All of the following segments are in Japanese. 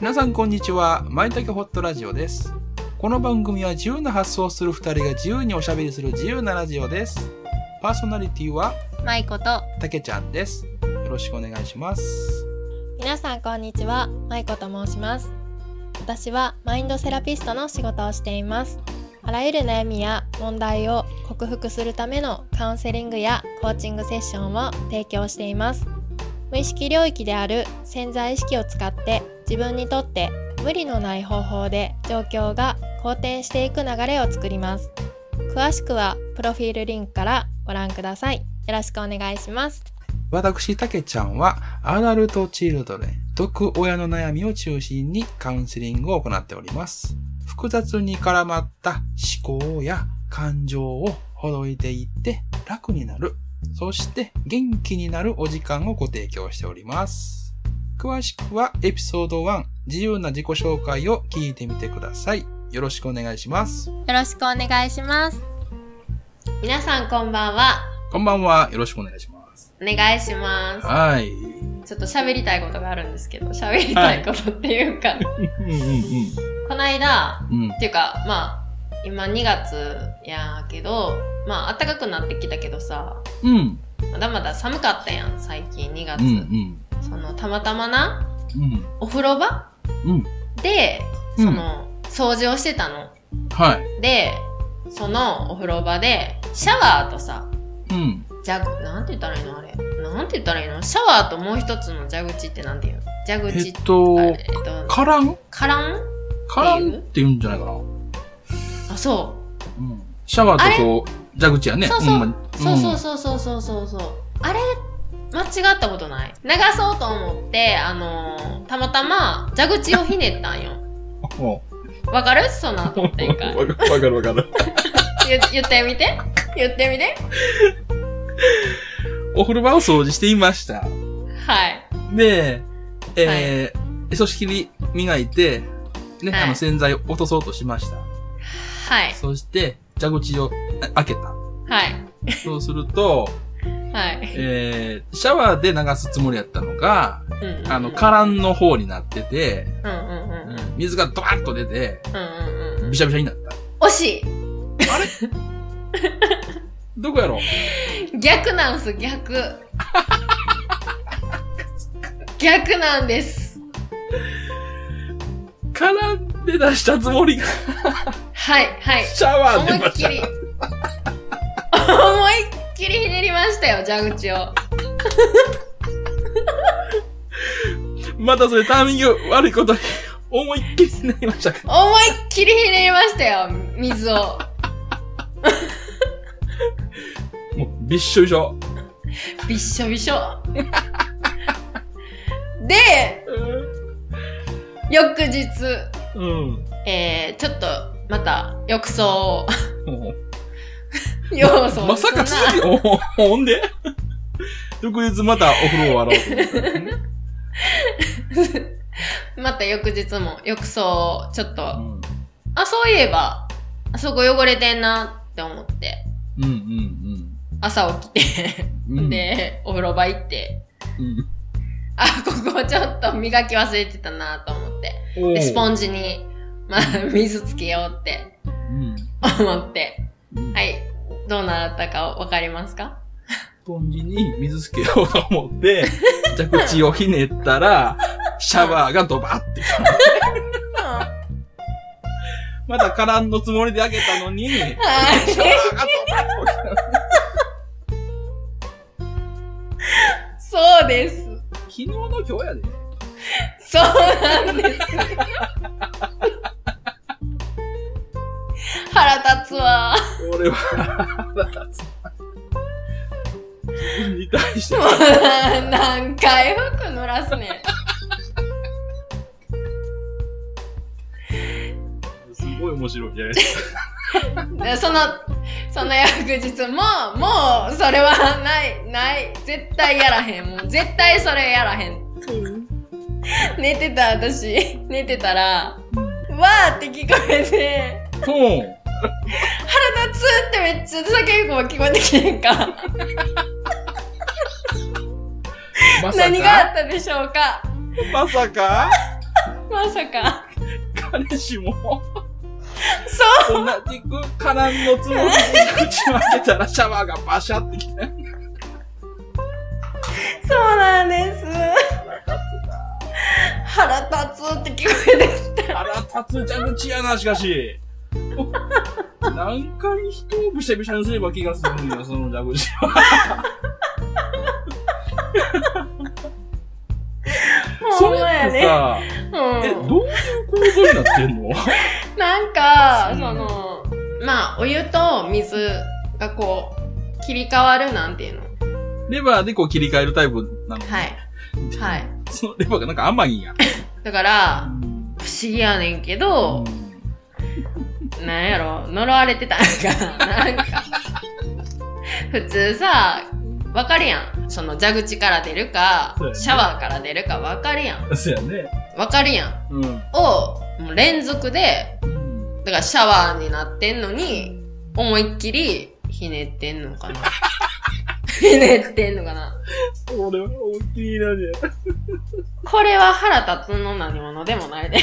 皆さんこんにちは。まいたけホットラジオです。この番組は自由な発想をする二人が自由におしゃべりする自由なラジオです。パーソナリティはまいことたけちゃんです。よろしくお願いします。皆さんこんにちはまいこと申します私はマインドセラピストの仕事をしていますあらゆる悩みや問題を克服するためのカウンセリングやコーチングセッションを提供しています無意識領域である潜在意識を使って自分にとって無理のない方法で状況が好転していく流れを作ります詳しくはプロフィールリンクからご覧くださいよろしくお願いします私、たけちゃんはアダルトチルドレン、毒親の悩みを中心にカウンセリングを行っております。複雑に絡まった思考や感情をほどいていって楽になる。そして元気になるお時間をご提供しております。詳しくはエピソード1、自由な自己紹介を聞いてみてください。よろしくお願いします。よろしくお願いします。皆さんこんばんは。こんばんは。よろしくお願いします。お願いしまはい。す。ちょっと喋りたいことがあるんですけど、喋りたいことっていうか、うんうんこの間、うん。うん。っていうか、まあ、今2月やけど、まあ、暖かくなってきたけどさ、うん。まだまだ寒かったやん、最近2月。うんうん。その、たまたまな、うん。お風呂場うん。で、うんその、掃除をしてたの。はい。で、そのお風呂場で、シャワーとさ、うん。蛇口なんて言ったらいいのあれなんて言ったらいいのシャワーともう一つの蛇口ってなんて言うの蛇え口っと、あえっとカランカランカランって言うんじゃないかな。あそううん、シャワーとこう、蛇口やね。そうそうほんまにそうそうそうそうそうそうそうあれ間違ったことない流そうと思ってあのーたまたま蛇口をひねったんようん。わかるそんなと思ってんかいわかわかるわかる。言言ってみて言ってみて お風呂場を掃除していました。はいで、えー、そしきり磨いて、ね、はいあの洗剤を落とそうとしました。はいそして、蛇口をあ開けた。はいそうする と、はいえー、シャワーで流すつもりやったのが、うんうんうんあの、カランの方になってて、うんうんうんうん水がドバッと出て、うんうんうんびしゃびしゃになった。惜しいどこやろう逆なんす逆逆なんです絡んで出したつもりが、はいはいシャワー思でいまっしきた。り思いっきりひねりましたよ蛇口をまたそれタイミング悪いことに 思いっきりになりましたか思いっきりひねりましたよ水をもうびっしょびしょ。びっしょびしょで翌日うん。えー、ちょっとまた浴槽を要素をまさかそんな次、お ほんで翌日またお風呂を洗おうと思った。また翌日も浴槽をちょっとうんあ、そういえば、あそこ汚れてんなって思って、うんうん朝起きて、うんうん。で、お風呂場行って、うん、あ、ここちょっと磨き忘れてたなと思って、おで、スポンンジに、まあ、 水つけようって思って、うんはい、どうなったかわかりますかスポンジに水つけようと思って、蛇口をひねったら、シャワーがドバってきた。はまだ絡んのつもりで開けたのに、シャワーがい、ドバッと来た。そうです。昨日の今日やで。そうなんです。腹立つわ。俺は腹立つ。自分に対してもう何回服濡らすねん。すごい面白いね。で そのその翌日ももうそれはないない絶対やらへんもう絶対それやらへん寝てた私寝てたらわーって聞こえてうん。腹立つってめっちゃ叫び声聞こえてきてんかまさ何があかったでしょうかまさかまさか。彼氏も、そ同じく絡んのつもりで口を開けたらシャワーがバシャってきた。う、そうなんです。腹立つって聞こえてき腹立つ蛇口やな、しかし。何回人をびしゃびしゃにすれば気が済むんよ、その蛇口は。た。ほそんれまやってね。さ、え、うん。どういう構造になってんの なんか、うんその、まあ、お湯と水がこう、切り替わるなんていうの。レバーでこう切り替えるタイプなの。。はい。はいい。そのレバーがなんか甘いんや。だから、不思議やねんけど、なんやろ、呪われてたんかな。なんか、普通さ、わかるやん。その蛇口から出るかそうや、ねシャワーから出るかわかるやん。うんそうやね。わかるやん。うん。を、もう連続で、だからシャワーになってんのに、思いっきり、ひねってんのかな。ひねってんのかな。俺は大きいなで。これは腹立つの何者でもないで。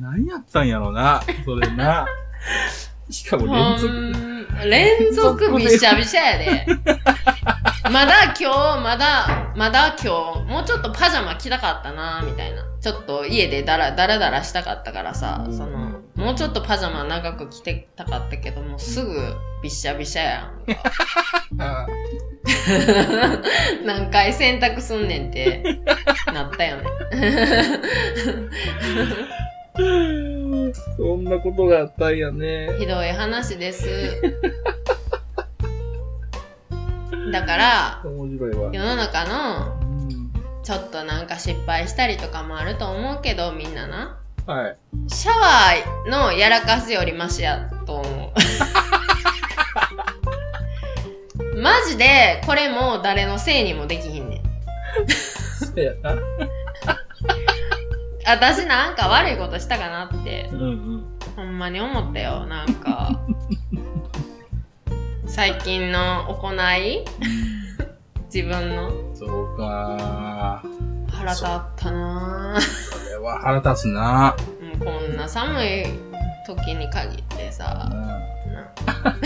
何やったんやろな、それな。 しかも連ほ続。ん連続びしゃびしゃ やで。まだ今日、まだ、まだ今日、もうちょっとパジャマ着たかったな、みたいな。ちょっと家でダラダラダラしたかったからさ、うんその、もうちょっとパジャマ長く着てたかったけど、もうすぐびしゃびしゃやん。あ 何回洗濯すんねんって、なったよね。ーそんなことがあったんやね。ひどい話です。だから、面白いわ。世の中のうんちょっとなんか失敗したりとかもあると思うけど、みんなな。 はい。シャワーのやらかすよりマシやと思う。 マジで、これも誰のせいにもできひんねん。そうやな。私なんか悪いことしたかなってうんうん。ほんまに思ったよ、なんか。最近の行い自分のそうかー。腹立ったなぁ。これは腹立つな。もうこんな寒い時に限ってさ、な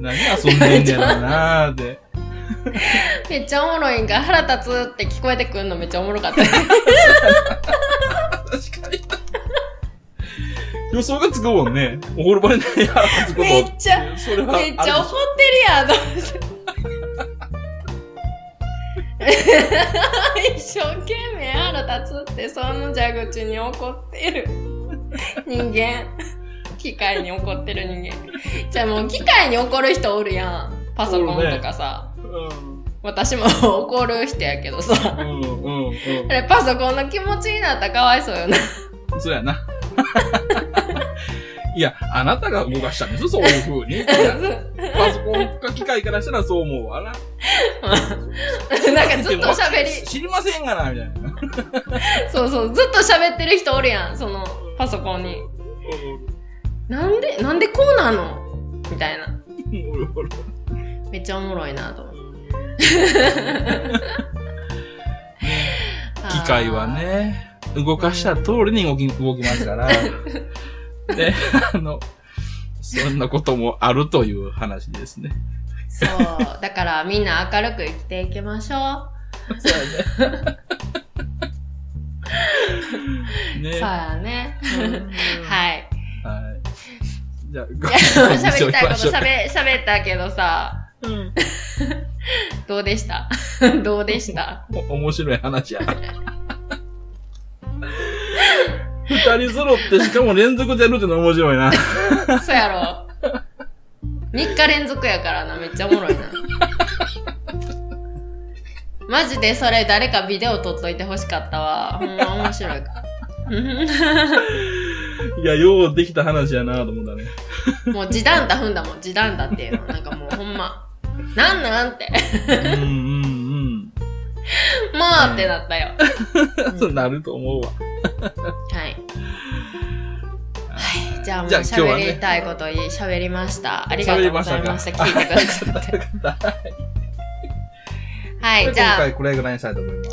何遊んでんねやろなーって。めっちゃおもろいんか腹立つって聞こえてくんのめっちゃおもろかった。確かに。予想がつくもんね。おほろばれない腹立つこと。めっちゃ、それはあるめでしっょちゃ怒って るやんと思って。一生懸命腹立つってその蛇口に怒ってる人間機械に怒ってる人間じゃあもう機械に怒る人おるやんパソコンとかさ、うん。私も怒る人やけどさうんうんあれパソコンの気持ちになったらかわいそうよ なうん。そうやな。 いや、あなたが動かしたんでしょ、そういう風に。パソコンか機械からしたらそう思うわな。なんかずっと喋り知りませんがな、みたいな。そうそうずっと喋ってる人おるやんそのパソコンになんで、なんでこうなのみたいな。うんおるおるめっちゃおもろいなと思って。機械はね、動かした通りに動き、動きます から。ね、あの、そんなこともあるという話ですね。あー。そう。だからみんな明るく生きていきましょう。ね。 そうやね。 はい。はい。じゃ あ、喋りたいこと喋、喋ったけどさ、うんどうでした どうでしたお面白い話や。二人揃って、しかも連続でやるってのは面白いな。そうやろ。3日連続やからな、めっちゃおもろいな。マジでそれ誰かビデオ撮っといてほしかったわ。ほんま面白いから。いや、ようできた話やなと思ったね。もう時短だ踏んだもん時短だっていうのなんかもうほんまなんなんって うんうんもうってなったよ、うん。そうなると思うわ。はいはいじゃあもうじゃあ今日は喋ねりたいこと喋、りましたありがとうございました聞いてくださってだからはい今じゃあ 回これぐらいにしたいと思います。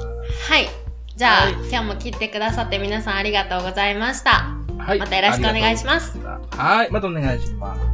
はいじゃあ、はい今日も聞いてくださって皆さんありがとうございました。はい。またよろしくお願いしまます。す。はい。またお願いします。